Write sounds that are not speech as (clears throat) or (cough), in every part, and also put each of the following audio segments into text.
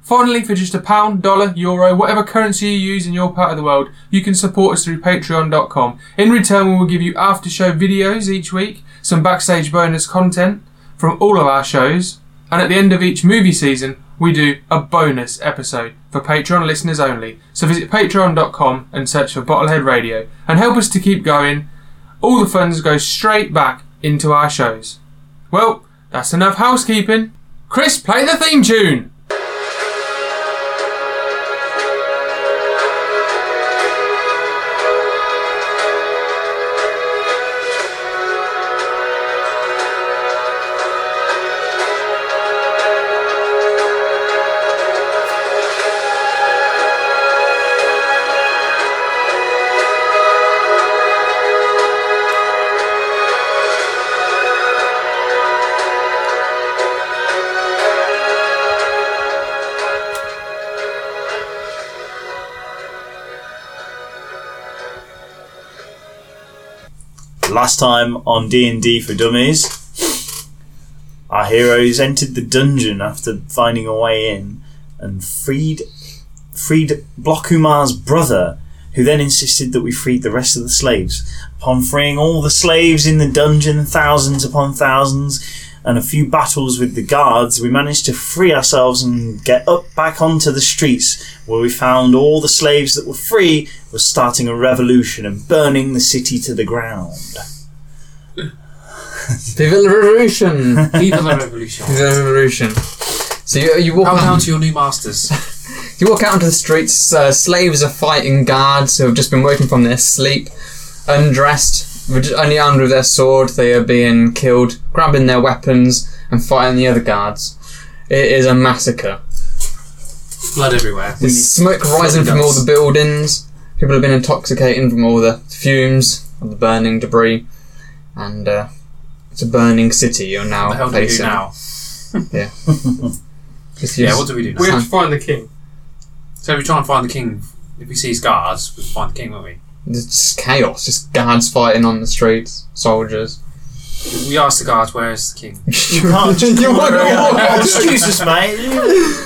Finally, for just a pound, dollar, euro, whatever currency you use in your part of the world, you can support us through patreon.com. In return, we will give you after show videos each week, some backstage bonus content from all of our shows, and at the end of each movie season, we do a bonus episode for Patreon listeners only. So visit patreon.com and search for Bottlehead Radio and help us to keep going all the funds go straight back into our shows. Well, that's enough housekeeping. Chris, play the theme tune! Last time on D and D for Dummies, our heroes entered the dungeon after finding a way in, and freed freed Blockumar's brother, who then insisted that we freed the rest of the slaves. Upon freeing all the slaves in the dungeon, thousands upon thousands, and a few battles with the guards, we managed to free ourselves and get up back onto the streets, where we found all the slaves that were free were starting a revolution and burning the city to the ground. Viva la revolution! Viva la revolution. Viva la revolution. So you, you walk Bow out down to your new masters. (laughs) you walk out into the streets. Uh, slaves are fighting guards who have just been woken from their sleep, undressed, with- only armed with their sword. They are being killed, grabbing their weapons and fighting the other guards. It is a massacre. Blood everywhere. There's smoke rising from all the buildings. People have been intoxicating from all the fumes of the burning debris, and uh, it's a burning city. You're now What the hell do we do facing. now? It's Yeah, just- what do we do now? We have to find the king. so we try and find the king. If we see his guards, we'll find the king, won't we? It's just chaos, just guards fighting on the streets, soldiers. We ask the guards, where is the king? You (laughs) can't (laughs) just You wanna go walk (laughs) Oh, excuse us, mate.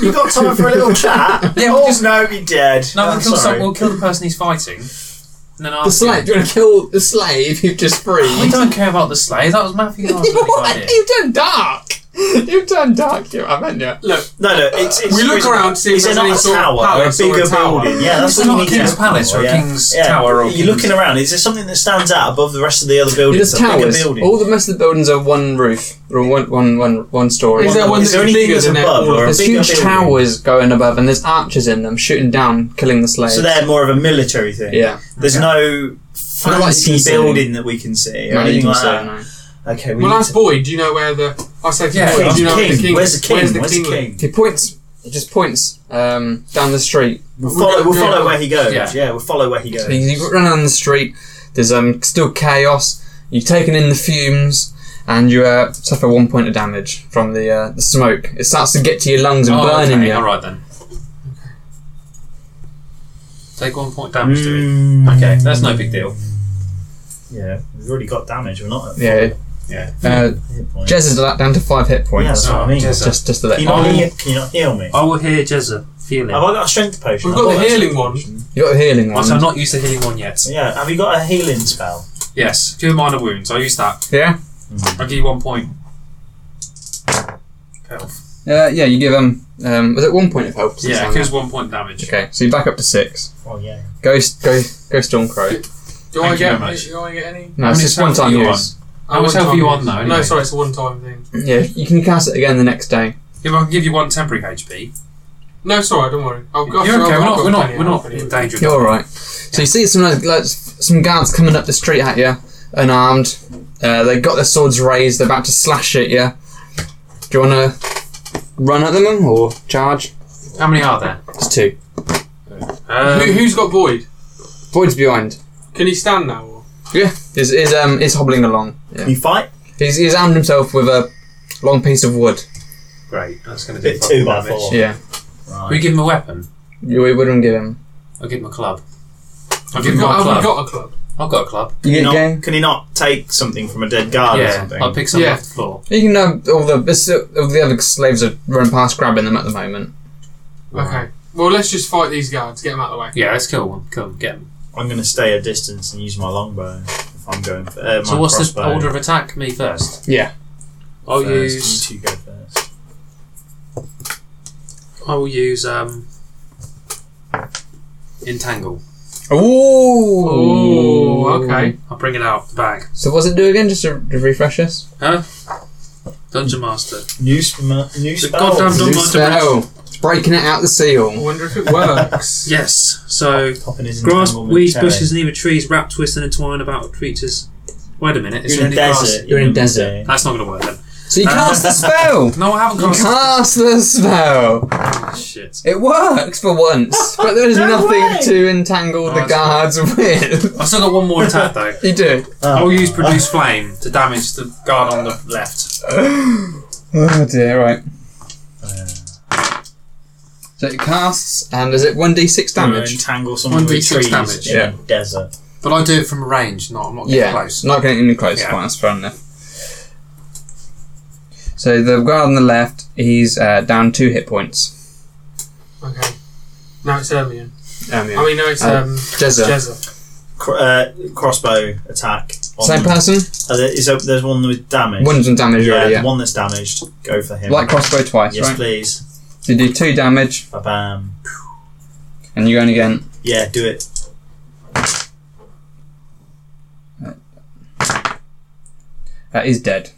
You got time for a little (laughs) chat? Yeah, oh we'll just- no, you're dead. No, I'm we'll, kill some, sorry. we'll kill the person he's fighting. And then The ask slave, him. do you want to kill the slave you've just We freed? (laughs) don't care about the slave. That was Matthew Law's bloody idea. You've turned dark! You've turned dark, you haven't you? Look, No, no, it's, it's We look it's, around, see if it's there's not any a sort of tower, palace a or a bigger tower. building. Yeah, that's It's what you not a need to king's look palace for, or a yeah. king's Yeah. tower or You're king's- looking around. Is there something that stands out above the rest of the other buildings? There's A bigger towers. building. All the most of the buildings are one roof, or one, one, one, one story. Is there one Is there that's anything bigger that's than all above of or a Oh, there's bigger huge building? towers going above, and there's archers in them shooting down, killing the slaves. So they're more of a military thing. Yeah. There's no Not like you fancy can see. building that we can see or No, you anything can like say that. no. Okay, we well, need ask to. Boyd, do you know where the. I said, Yeah, yeah, Boyd, do you know where the King. king Where's the king? Where's the king? live? He points, he just points um, down the street. We'll We're follow, gonna we'll go follow out. where he goes. Yeah. Yeah. we'll follow where he goes. So you you run down the street. There's um still chaos. You've taken in the fumes, and you uh, suffer one point of damage from the uh, the smoke. It starts to get to your lungs and Oh, burning okay, you. Alright then. Take one point damage to it. Mm. Okay, that's no big deal. Yeah, we've already got damage. We're not at Yeah. Yeah. Uh, full hit point. Jez is down to five hit yeah, points. that's what I mean. Oh, Can Jez- Just just to let you you not Oh. heal- can you not heal me? I will hear Jezza feeling. Have I got a strength potion? We've I've got the that healing strength one. potion. you got a healing Whilst I'm one. not used to healing one yet. Yeah, have you got a healing spell? Yes, cure minor wounds. I use that. Yeah. I give you one point. Health. Uh, yeah. You give him. Um, was it one point of health? Yeah, it cures one point damage. Okay. So you're back up to six. Oh yeah. Ghost, go, go, Stormcrow. Do I Thank you get? very much. Do I get any? No, How it's many just one spells do time you use. I was helping you on though. Anyway. No, sorry, it's a one-time thing. Yeah, you can cast it again the next day. If I can give you one temporary HP, No, it's alright. Don't worry. I've got, you're I've okay. got- We're not, I've we're got not, plenty, we're I've not got in plenty. danger. of You're that. all right. So you see some like, like, some guards coming up the street at you, unarmed. Uh, they got their swords raised. They're about to slash at you. Do you want to run at them or charge? How many are there? It's two. Who, Um, who's got Void? Void's behind. Can he stand now? Or? Is is um is hobbling along. Yeah. You fight? He's he's armed himself with a long piece of wood. great. That's going to do Bit fucking two by damage. four. Yeah. We give him a weapon. You we wouldn't give him. I'll give him a club. I'll Have give him we my got, have club. we got a club? I've got a club. You Can he get not- game. Can he not take something from a dead guard or yeah, something? I'll pick something Yeah. off the floor. You can know all the this- all the other slaves are running past grabbing them at the moment. Okay. Well, let's just fight these guards. Get them out of the way. Yeah, let's kill one. Kill him. Get him. I'm going to stay a distance and use my longbow if I'm going for uh, my So what's the crossbow order of attack? Me first. Yeah. I'll first. use. You two go first. I will use um. Entangle. Ooh. Oh, okay. I'll bring it out the bag. So what's it do again? Just to, to refresh us. Huh? Dungeon master. New, sp- new The spell. goddamn New Don't New mind spell. the spell. Breaking it out I the seal. wonder if it works. Yes. So Popping his grass, entanglement weeds, cherry. bushes, and even trees wrap, twist, and entwine about creatures. Wait a minute. It's You're in only a grass. desert. You're you know what in I'm desert. saying? That's not going to work then. So you cast the spell. No, I haven't You cast. cast the spell. Shit. It works for once, but there is No nothing way. to entangle the that's guards with. (laughs) I've still got one more attack though. (laughs) you do. I'll Oh, use produce flame to damage the guard on the left. Oh dear, right. Uh, So it casts, and is it 1d6 You damage? entangle someone with 1d6 trees damage. in Yeah. a desert. But I do it from range. Not I'm not getting Yeah, close. not getting any close. Yeah. Fine, that's fair enough. So the guard on the left, he's uh, down two hit points. Okay. Now it's Ermion. Um, yeah. I mean, no, it's Uh, um, Jezza. Jezza. Cr- uh, crossbow attack. on Same them. person. Uh, there- is there- there's one with damage. One's on damage yeah, already. the Yeah. one that's damaged. Go for him. Light crossbow twice, yes, right? please. So you do two damage, Ba bam. and you're going again. Yeah, do it. Uh, he's dead.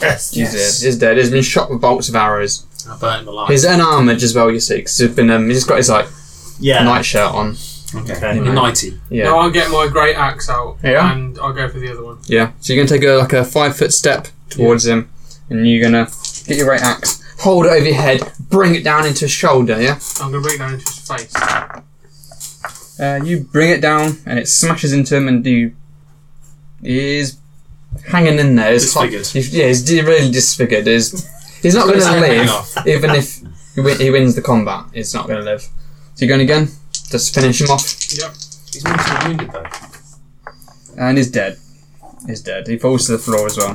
Yes. He's dead. He's dead. He's been shot with bolts of arrows. I burn the line. He's unarmored as well, you see, 'cause he's been um, he's got his like Yeah. night shirt on. okay. Okay. You're ninety. Yeah. Now I'll get my great axe out. Yeah. And I'll go for the other one. Yeah. So you're gonna take a, like a five foot step towards him, and you're gonna get your right axe, hold it over your head, bring it down into his shoulder. Yeah. I'm going to bring it down into his face. Uh, you bring it down, and it smashes into him, and you he is hanging in there. It's hot- Disfigured. he's- yeah, he's di- really disfigured. He's he's not gonna Hang live, off. even if he, win, he wins the combat. He's not gonna live. So you're going again, just to finish him off. He's mentally wounded though. And he's dead. He's dead. He falls to the floor as well.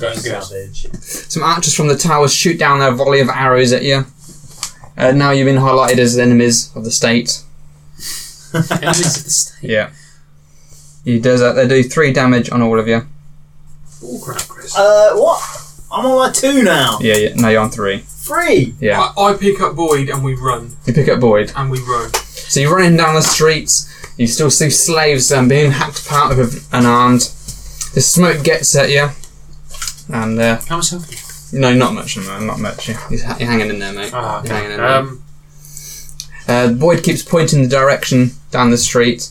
Going good. Savage. Some archers from the towers shoot down their volley of arrows at you. Uh, now you've been highlighted as enemies of the state. Enemies of the state. Yeah. He does that. They do three damage on all of you. Oh crap, Chris. Uh, what? I'm on like two now. Yeah, yeah. No, you're on three. Three. Yeah. I, I pick up Void and we run. You pick up Boyd. And we run. So you're running down the streets. You still see slaves um, being hacked apart of unarmed. The smoke gets at you. And, uh, How much health? have you got? no, not much, man. Not much. You're, you're hanging in there, mate. Ah, You're hanging okay. in there. Um, Uh, Boyd keeps pointing the direction down the street.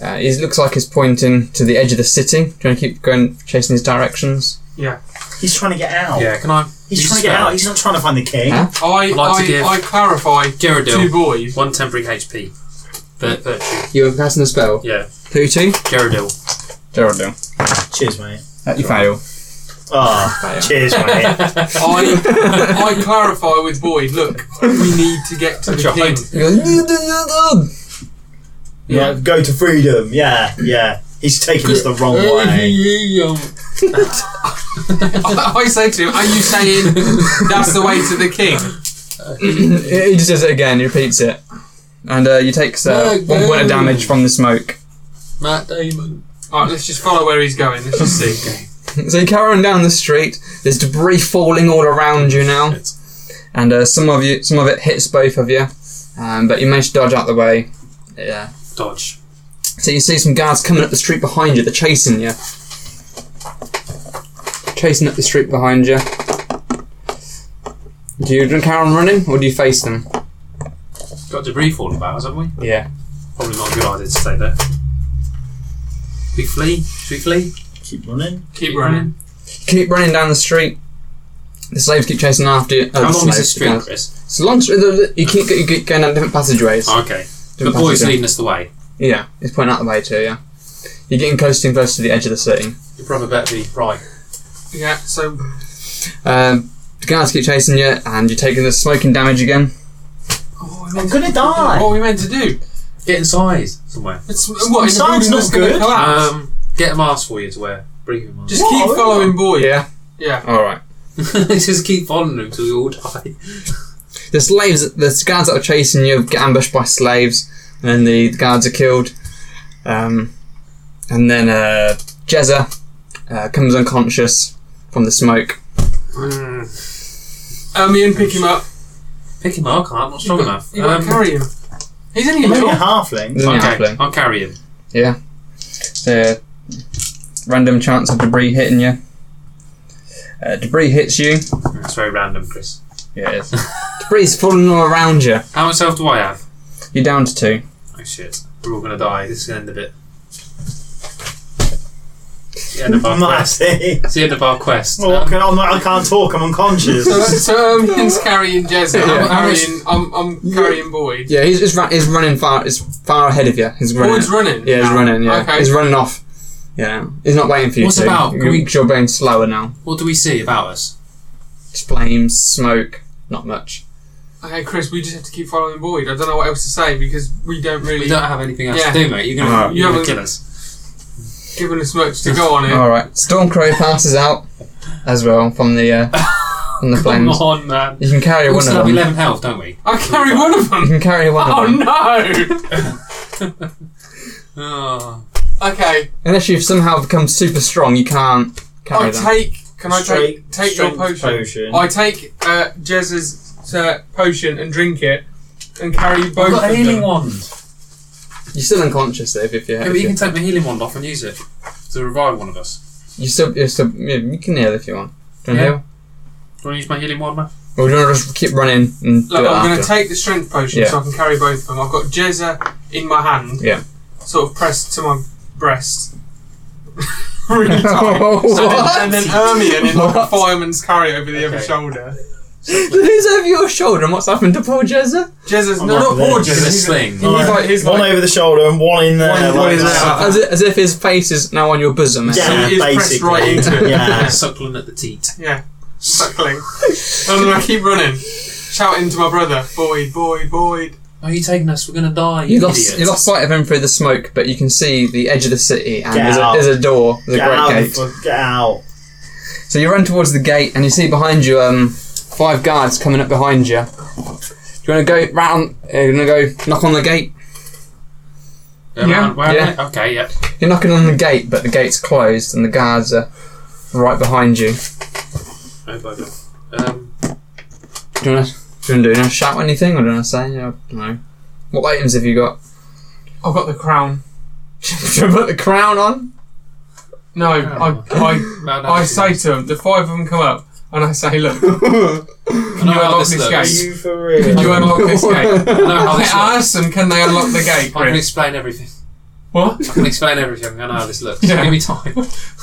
Uh, he looks like he's pointing to the edge of the city. Do you want to keep going chasing his directions? He's trying to get out. Um, yeah. Can I? He's use trying to get spell? out. He's not trying to find the king. Huh? I, I'd like to I, give- I clarify to Gyarados. Void. One temporary HP. Vir- virtue. You're casting a spell. Yeah. Who to? Gyarados. Geraldine. Cheers, mate. you fail. Ah, Fail. cheers, (laughs) mate. (laughs) I, I clarify with Boyd, look, we need to get to I the tried. king. He goes, "Dud, dud, dud, dud." yeah, go to freedom. Yeah, yeah. He's taking us the wrong Oh, Uh, way. I, I say to him, are you saying that's the way to the king? he he just does (clears throat) it again. He repeats it. And uh, you take uh, one point of damage from the smoke. Matt Damon. Alright, let's just follow where he's going. Let's just see. So you carry on down the street. There's debris falling all around you now. Shit. and uh, some of you, some of it hits both of you, um, but you manage to dodge out the way. Yeah. Dodge. So you see some guards coming up the street behind you. They're chasing you. Chasing up the street behind you. Do you carry on running or do you face them? Got debris falling about us, haven't we? Yeah. Probably not a good idea to stay there. We flee. Should we flee? Keep running. Keep running. Keep running down the street. The slaves keep chasing after you. Uh, How the long is slaves, this the street, guards. Chris? Oh, It's a long street. the- the- You keep, you keep going down different passageways. Okay. The Different boy's passageways. leading us the way. Yeah, it's pointing out the way to you. You're getting closer and closer to the edge of the city. You probably better be right. Yeah, so Um, the guards keep chasing you, and you're taking the smoking damage again. oh, I'm gonna die. what are we meant to do? Get inside somewhere. It's what it's Sounds not good. Um, get a mask for you to wear. Breathing mask. Just What? keep following boy. Oh, Yeah. Yeah. All right. (laughs) Just keep following him till we all die. The slaves, the guards that are chasing you, get ambushed by slaves, and then the, the guards are killed. Um, and then uh, Jezza uh, comes unconscious from the smoke. Hmm. Um, Ian, pick him up. Pick him up, I can't. I'm not strong enough. You gotta Um, carry him. He's only You're only a (laughs) little. halfling. Doesn't it, okay, Halfling? I'll carry him. Yeah. So, random chance of debris hitting you. Uh, debris hits you. That's very random, Chris. Yeah, it is. (laughs) debris falling all around you. How much health do I have? You're down to two. Oh shit, we're all gonna die. This is the end of it. It's The end of our quest. (laughs) Matty. It's the end of our quest. Well, what Um, can- I'm not- I can't talk. I'm unconscious. So, so um, Ian's carrying Jezza. Yeah. I'm carrying. I'm, I'm carrying Boyd. Yeah, he's, he's, run, he's running far. He's far ahead of you. He's running. Boyd's running. Yeah, he's running. Yeah, Okay. he's running off. Yeah, he's not waiting for you. What's to. about? Can You're, we- you're going slower now. Um, what do we see about us? It's flames, smoke, not much. Okay, Chris, we just have to keep following Boyd. I don't know what else to say because we don't really We don't have anything else Yeah. to do, mate. You're Alright. gonna, you're Yeah, gonna but- kill us. given us much to go on it. All right, Stormcrow passes out as well from the uh, from the Come flames. on, man. You can carry one We of still have them. 11 health, don't we? I carry one of You them. can carry one Oh of them. no. Oh, Okay, Unless you've somehow become super strong, you can't carry I them. take. Can I Straight- take take your strength potion? I take uh, Jez's uh, potion and drink it and carry I've both got a of healing them. wand. You're still unconscious though. If, if you, Yeah, if but you you, can take the healing wand off and use it to revive one of us. you still, you're still, you you can heal if you want. Do you Yeah. want to heal? Do you want to use my healing wand, man? Or do you want to just keep running and do Look, it I'm going after? to take the strength potion Yeah. so I can carry both of them. I've got Jezza in my hand, Yeah. sort of pressed to my (laughs) breast. really (laughs) tight. So then- What? and then Hermione in like a What? fireman's carry over the other Okay. shoulder. (laughs) Who's over your shoulder and what's happened to poor Jezza? Jezza's I'm no, not like poor this. Jezza. Just a he's- sling. He's like, he's one like, over the shoulder and one in there. One- like one in that. there. As, i- as if his face is now on your bosom. eh? Yeah, He is pressed basically. right into it. (laughs) Yeah. (laughs) Suckling at the teat. yeah, suckling. and then I keep running, shouting to my brother, Boyd, Boyd, Boyd. Are you taking us? We're gonna die. You, You lost, idiot. you lost sight of him through the smoke, but you can see the edge of the city and Get there's a, out. there's a door, there's a Get great out, gate. fuck- Get out. So you run towards the gate and you see behind you um, five guards coming up behind you. Do you want to go round? Uh, you want to go knock on the gate? Yeah. Yeah. man, where Yeah. am I? Okay. Yeah. You're knocking on the gate, but the gate's closed and the guards are right behind you. No bugger. Um, Do you want to do? You wanna do you wanna shout anything or do you want to say? I don't know. What items have you got? (laughs) I've got the crown. do you put the crown on? No, I, Crown. I no, no, I no. say to them, the five of them come up, and I say, look, can you how unlock this this looks. Are gate? you for real? Can you unlock this (laughs) gate? (laughs) I know how I this looks. ask them, can they unlock the gate, I can Chris? explain everything. What? I can explain everything. I know how this looks. Yeah. Give me time.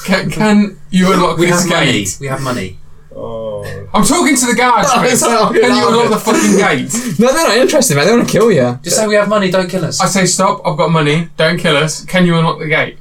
Can, can you unlock We this have money. gate? We have money. Oh. I'm talking to the guards, No, Chris. it's not- Can you no. unlock the fucking (laughs) gate? No, they're not interested, mate. They want to kill you. Just say we have money. Don't kill us. I say, stop, I've got money, don't kill us, can you unlock the gate?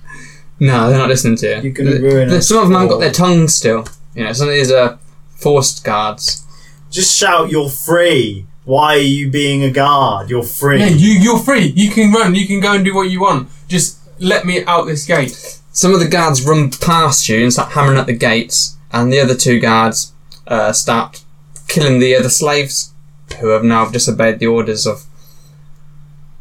No, they're not listening to you. You're gonna ruin Th- us Some of them have got all. their tongues still. You know, some of these are forced guards. Just shout, you're free. Why are you being a guard? You're free. Yeah, you, you're free, you can run, you can go and do what you want, just let me out this gate. Some of the guards run past you and start hammering at the gates, and the other two guards uh, start killing the other slaves who have now disobeyed the orders of.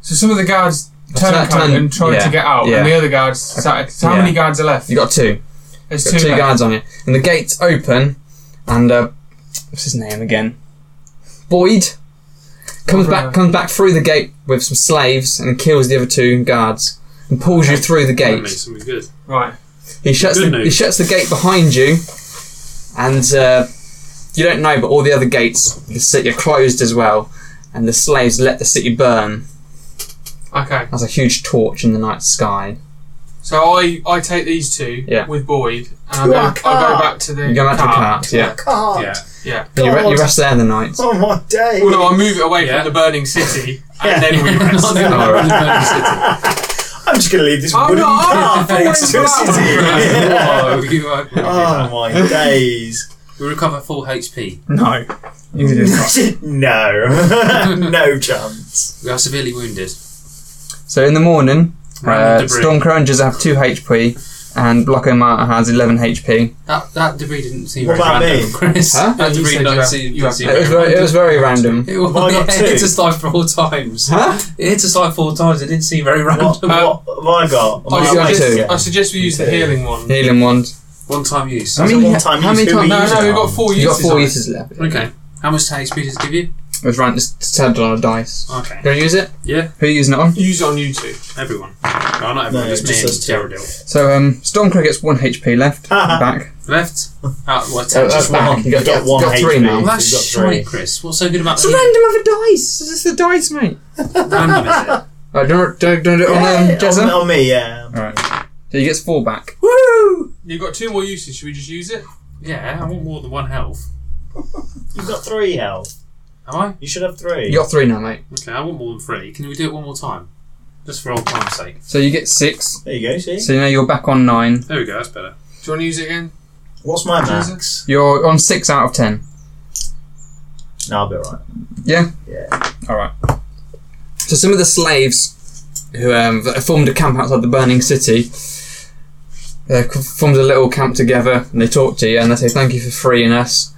So some of the guards turn Turn- around and tried yeah, to get out, yeah. and the other guards started. So how Yeah. many guards are left? You got two. There's Got two, left. guards on you, and the gates open, and uh, what's his name again? Boyd comes Over- back comes back through the gate with some slaves and kills the other two guards and pulls you through the That gate. means something good. Right. He shuts Good the, he news. shuts the gate behind you, and uh, you don't know, but all the other gates of the city are closed as well, and the slaves let the city burn Okay. as a huge torch in the night sky. So I, I take these two Yeah. with Boyd and To I our go, I go car. back to the You go back to the car. cart, yeah. God. (laughs) Yeah. Yeah. And you, re- you God. rest there the night. Oh my day. Well, no, I move it away Yeah. from the burning city and Yeah. then (laughs) we Not (laughs) rest. the All right. Burning (laughs) City. I'm just going to leave this Oh, wooden no, car I'm- (laughs) next to a (laughs) (laughs) city. Whoa, you are- oh my (laughs) days. We recover full HP. No. You can do that. (laughs) no. (laughs) no chance. We are severely wounded. So in the morning, Random uh, debris. Storm Crunchers have 2 HP, and Blocko Marta has 11 HP. That that debris didn't seem What very about random, me? Chris. Huh? No, That you debris said didn't you have- seem you have- seem It was very, it (laughs) was very random. It was, Well, I got it hit two. us like four times. Huh? It hit us like four times. It didn't seem very random. What, what, what have I got? Am I, I you got wasting two. suggest, it? I suggest we use the Okay. healing one. Healing wand. One time use. I I mean, mean, one time how use, many who we times- No, use no, it we've got on. four you uses. got four on it. uses left. okay. How much HP does it give you? It was right, just turned on a dice. Okay. Gonna use it? Yeah. Who are you using it on? Use it on you two. Everyone. No, not everyone. No, just me just and us two. Geraldine. So um, Stormcrow gets one HP left. back. (laughs) Left. Out. What? Uh, just uh, one. back. one. You got- You got got- one got three HP. now. Well, You've that's got three. shite, Chris. What's so good about It's a that? random other dice. This is the dice, mate. Random, is (laughs) it? Right, don't, don't, don't do it on Yeah, um, on, Jezza. on me, yeah. Alright. So he gets four back. Woo! You've got two more uses. Should we just use it? Yeah, I want more than one health. You've got three health. Am I? You should have three. You got three now, mate. Okay, I want more than three. Can we do it one more time? Just for old time's sake. So you get six. there you go, see? So now you're back on nine. There we go, that's better. Do you want to use it again? What's my Jesus. max? You're on six out of ten. No, I'll be alright. Yeah. Yeah. Alright. So some of the slaves who um, that formed a camp outside the burning city. They formed a little camp together and they talk to you and they say thank you for freeing us.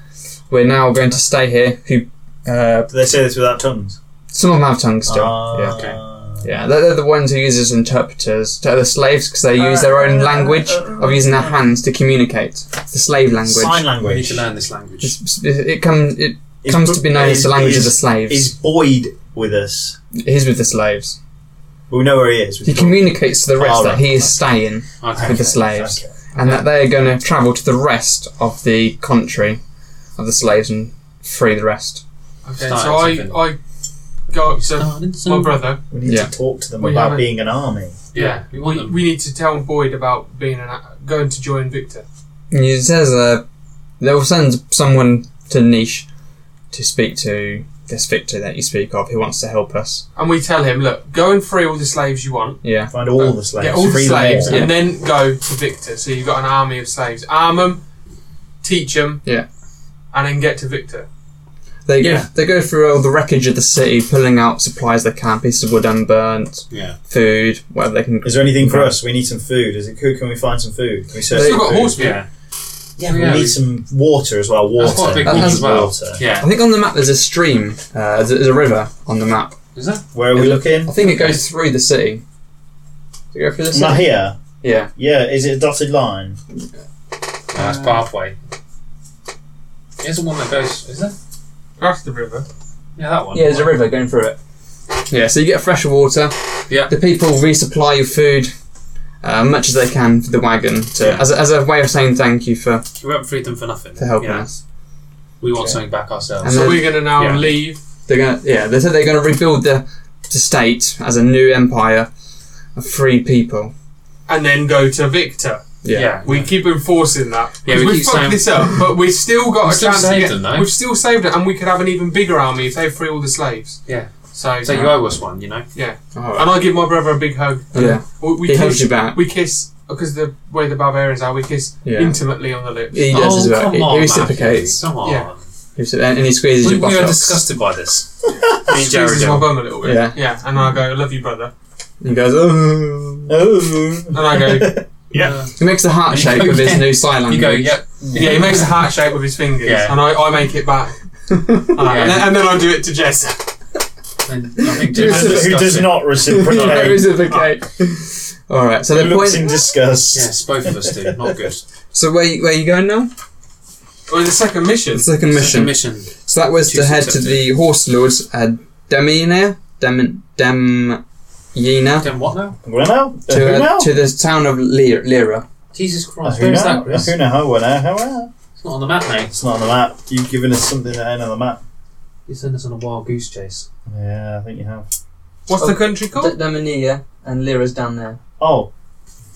We're now going to stay here. Who, uh, Do they say this without tongues? some of them have tongues still. Ah. yeah. Yeah, they're, they're the ones who use as interpreters to other slaves because they use their own Uh, language uh, of using their hands to communicate. It's the slave Sign language. We need language. to learn this language. It's- It, it comes. It Is comes Bo- to be known as is- the language of is- the slaves. Is Boyd with us? He's with the slaves. Well, we know where he is. He communicates to the rest Oh, that right. he is staying Okay. with the slaves, and that they are going to travel to the rest of the country of the slaves and free the rest. Okay, Start so it, I, I go up to Starting my soon. brother. We need Yeah. to talk to them We about haven't- being an army. Yeah, we want We, them. we need to tell Boyd about being an, going to join Victor. And he says uh, they'll send someone to Niche to speak to this victor that you speak of who wants to help us. And we tell him, look, go and free all the slaves you want. Yeah. Find all the slaves. Get all the free them slaves all. and then go to Victor. So you've got an army of slaves. Arm them, teach them, Yeah. and then get to Victor. They go, Yeah. they go through all the wreckage of the city, pulling out supplies they can, pieces of wood unburnt, Yeah. food, whatever they can. Is there anything for us? We need some food. Is it cool? Can we find some food? Can we search They've for still got food? horse- Yeah. Yeah, we Yeah. need some water as well. Water. That's quite a big That one has- as well. Water. Yeah. I think on the map there's a stream, uh, there's, a, there's a river on the map. Is that? Where are we looking? I think it goes through the city. Does it go through the Not city? here. Yeah. Yeah, is it a dotted line? That's pathway. Here's the one that goes. Is that? That's the river. Yeah, that one. Yeah, there's a river going through it. Yeah, so you get fresh water. Yeah. The people resupply your food. Uh, much as they can for the wagon, to, Yeah. as, a, as a way of saying thank you for, We won't feed them for nothing. for helping you know. us. We want Yeah. something back And ourselves. So then- we're going to now Yeah. leave. They're gonna, yeah, they said they're gonna rebuild the, the state as a new empire of free people. And then go to Victor. Yeah. We keep enforcing that. Yeah, Yeah, we we have keep fucked saying- this up, but we've still got We've a still chance. saved to get, them, though. We've still saved it, and we could have an even bigger army if they free all the slaves. Yeah. So, So you owe us one, you know. Alright. and I give my brother a big hug. Yeah. We, Um, we He kiss, hugs you back. We kiss because the way the barbarians are, we kiss Yeah. intimately on the lips. He does as well. He, he reciprocates. Oh, Matthew, Come on. Yeah. He reci- And and he squeezes We, your we are buttocks. disgusted by this. Me and Jerry Squeezes do. my bum a little bit. Yeah. yeah. And I go, I love you, brother. He goes, oh. Oh. And I go, Yeah. He makes the heart And you shape go, with his yeah. new sign You language. go. (laughs) Yep. yeah. He (laughs) makes a heart shape with his fingers, Yeah. and I, I make it (laughs) back. And, I- and then, and then I do it to Jess. And I think Who Jerry (laughs) Who does disgusted. not reciprocate? Alright, so Who the looks in point. disgust? Yes, both of us do. Not good. So where, you- where you going now? Well, the second mission. The second mission. Second mission. So that was to Choose head to accepted. the horse lords, uh, Demina, Dem, Demyina, Then what now? Uh-huh. Well now, uh, who to, now? uh, to the town of Lyra. Lyra. Jesus Uh, Christ, Who where's now? that, Chris? Who now? Who now? Who now? It's not on the map, mate. It's not on the map. You've given us something that ain't on the map. You sent us on a wild goose chase. Yeah, I think you have. What's Oh, the country called? Deminia and Lyra's down there. Oh,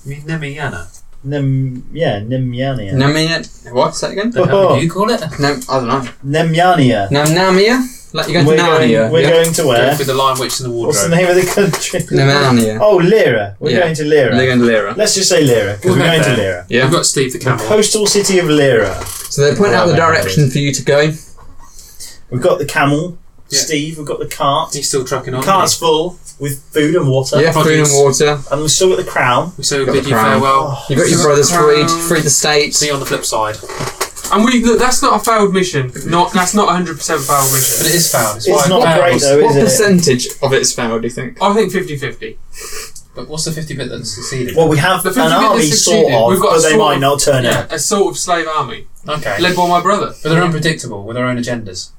You mean (laughs) Nemiana? Nim. Yeah, Nimyania. Nemia. What's that again? Then Oh. How do you call it? Nem, I don't know. Nemyania. Nam Namia? Like you're we're going to going, Narnia. we're yeah. going to Go where? with the Lion Witch in the What's the Wardrobe. name of the country? Nemania. Oh, Lyra. We're Yeah. going to Lyra. They're going to Lyra. Let's just say Lyra, because We'll we're going go to there. Lyra. We've Yeah. got Steve the The Camel. coastal city of Lyra. So they point out the direction for you to go. We've got the camel, Yeah. Steve, we've got the cart. He's still trucking on. Cart's full with food and water. Yeah, food and produce. water. And we've still got the crown. We so Got bid the you crown. farewell. You've got your brother's freed, freed the state. See you on the flip side. And we look, that's not a failed mission. Not that's not hundred percent failed mission. But it is found. It's, It's fine. not Found. great though, What is it? percentage of it's failed, do you think? I think 50-50. But what's the 50 bit that succeeded? Oh, Well, we have The an fifty bit army is sort succeeded. of, We've got but a they sort might of- not turn Yeah, out. a sort of slave army okay. led by my brother. but they're unpredictable with their own agendas.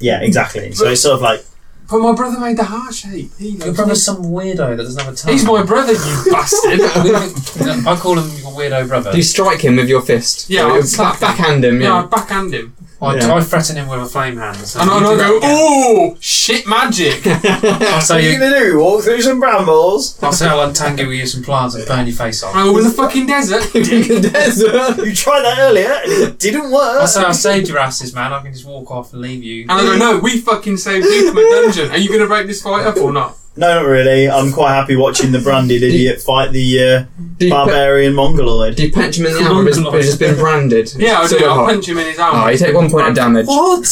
Yeah, exactly. So it's sort of like But my brother made the heart shape. He Your knows. brother's some weirdo that doesn't have a tongue. He's (laughs) my brother, (laughs) you bastard. I call him your weirdo brother. Do you strike him with your fist? Yeah, Or I'll you slap back, backhand him. Yeah, I Yeah. backhand him. I, Yeah. I threaten him with a flame hand. So And you I do that go, again. oh, shit magic. (laughs) I'll what are say, you (laughs) you, gonna do? Walk through some brambles? I'll say I'll untangle you some plants and burn your face off. I go in the fucking (laughs) desert. In the desert. You tried that earlier and it didn't work. I'll say I saved your asses, man. I can just walk off and leave you. And I go, (laughs) no, we fucking saved you from a dungeon. Are you going to break this fight up or not? No, not really. I'm quite happy watching the branded idiot fight the Do uh, you, pe- barbarian mongoloid. do you punch him in the arm? He's Mongoloid. just been branded. (laughs) Yeah, I So do. I'll hot. punch him in his arm. Oh, you take one point of damage. (laughs) What?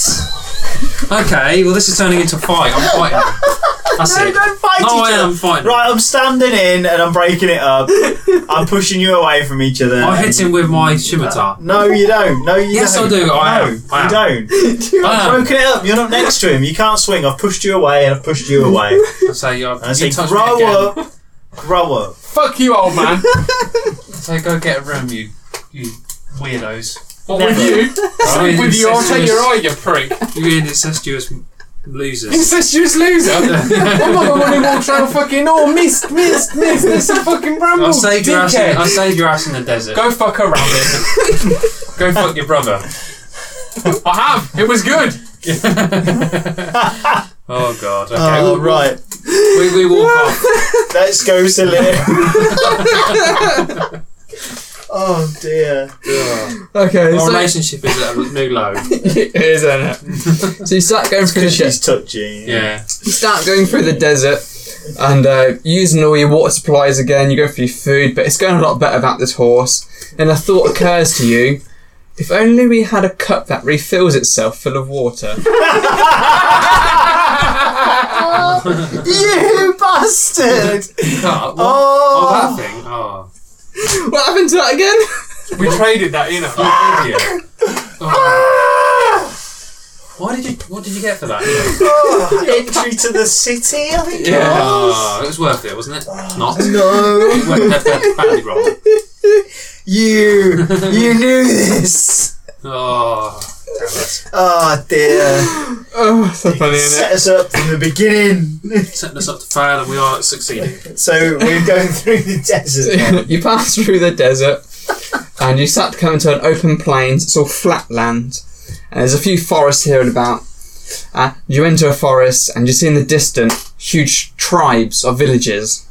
Okay, well this is turning into a fight. I'm fighting. That's No, it. don't fight No, Oh, I each other. am fighting. Right, I'm standing in and I'm breaking it up. (laughs) I'm pushing you away from each other. I hit him with my scimitar. No, you don't. No, you Yes, I don't. do. I no, am. I you don't. (laughs) I I've am. broken it up. You're not next to him. You can't swing. I've pushed you away and I've pushed you (laughs) away. I say, you, And I you say, touch grow me again. up. Grow up. Fuck you, old man. I say, go get a room, you, you weirdos. What with Never. you? Oh, Right. With you, I'll take your eye, you prick. (laughs) You incestuous m- (laughs) losers. Incestuous loser. oh my god, when he walks around fucking, oh, missed, missed, missed. There's some fucking (laughs) I brambles. saved, your ass in, I Dickhead. saved your ass in the desert. Go fuck a rabbit. (laughs) Go fuck your brother. I have. It was good. (laughs) Oh god. Okay. Oh, we- right. We, we (laughs) walk off. Let's go, (laughs) silly. (laughs) oh, dear. Okay, Our so relationship is at a new low. (laughs) it is, (laughs) isn't it? So you start going through the de- She's touching. Yeah. you start going through the desert and uh, using all your water supplies again. You go for your food, but it's going a lot better about this horse. And a thought occurs to you: if only we had a cup that refills itself full of water. (laughs) You bastard! Oh, what? Oh, oh, that thing. Oh, what happened to that again? (laughs) We traded that, you know. you idiot. (laughs) Oh. Why did you? What did you get (laughs) for that? oh, entry to the city, I think. Oh, it was worth it, wasn't it? Not. No. You went left that badly wrong. You, you knew this. Oh, damn it. Oh dear. Oh, so funny, isn't it? Set us up from the beginning. (laughs) Setting us up to fail, and we are succeeding. so we're going through the (laughs) desert. now. you pass through the desert and you start to come into an open plains. It's all flat land. And there's a few forests here and about. Uh, you enter a forest and you see in the distance huge tribes or villages.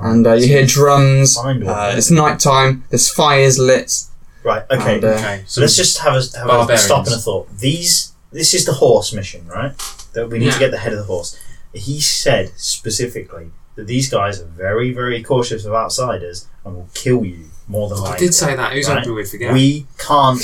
And uh, you hear drums. Find one. Uh, it's night time. There's fires lit. Right. Okay. And, uh, Okay, so so let's just have a have a Barbarians. stop and a thought. These. This is the horse mission, right? That we need to Yeah. get the head of the horse. He said specifically that these guys are very, very cautious of outsiders and will kill you more than I likely. did say that. Who's Right. hoping we'd forget? We can't.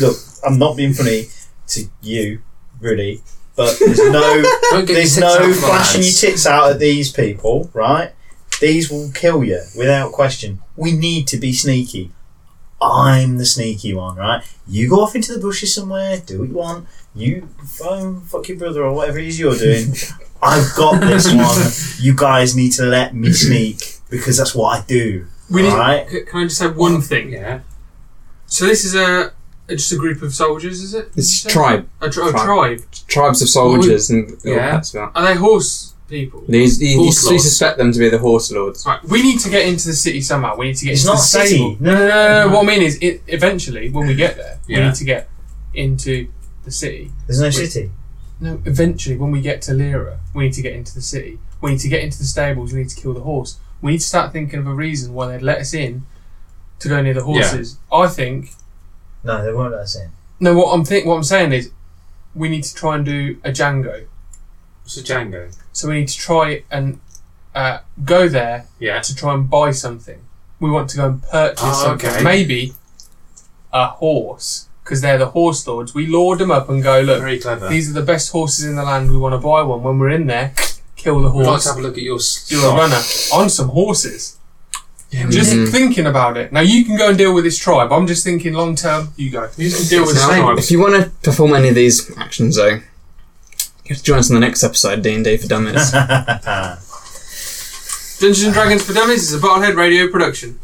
Look, I'm not being funny to you, Rudy, but there's (laughs) no Don't get there's your tits out no of my flashing your hands. tits out at these people, right? These will kill you without question. We need to be sneaky. I'm the sneaky one, right? You go off into the bushes somewhere, do what you want. You phone fuck your brother or whatever it is you're (laughs) doing. I've got this one. You guys need to let me sneak because that's what I do. We need, Alright. c- Can I just say one thing? Yeah. So this is a just a group of soldiers, is it? It's Did you say? tribe, A, tri- a Tribe. tribe. tribes of soldiers, and little Yeah. pets about. Are they horse people? These, you, you Horse lords. suspect them to be the horse lords. Right, we need to get into the city somehow. We need to get It's into not the a city. stable. No, no, no, no. What I mean is, it, eventually, when we get there, we Yeah. need to get into the city. There's no city. No, eventually, when we get to Lyra, we need to get into the city. We need to get into the stables. We need to kill the horse. We need to start thinking of a reason why they'd let us in to go near the horses. I think. No, they won't let us (laughs) in. No, what I'm think, what I'm saying is, we need to try and do a Django. What's a Django? So we need to try and uh, go there Yeah. to try and buy something. We want to go and purchase Oh, something. okay. Maybe a horse, because they're the horse lords. We lord them up and go, look, Very clever. these are the best horses in the land. We want to buy one. When we're in there, kill the I'd like horse, to have a look at your do a runner on some horses. Just Mhm. thinking about it. Now you can go and deal with this tribe. I'm just thinking long term. You go. You can deal with this Now, tribe. if you want to perform any of these actions, though, you have to join us on the next episode, D and D for Dummies. Dungeons and Dragons for Dummies is a Bottlehead Radio production.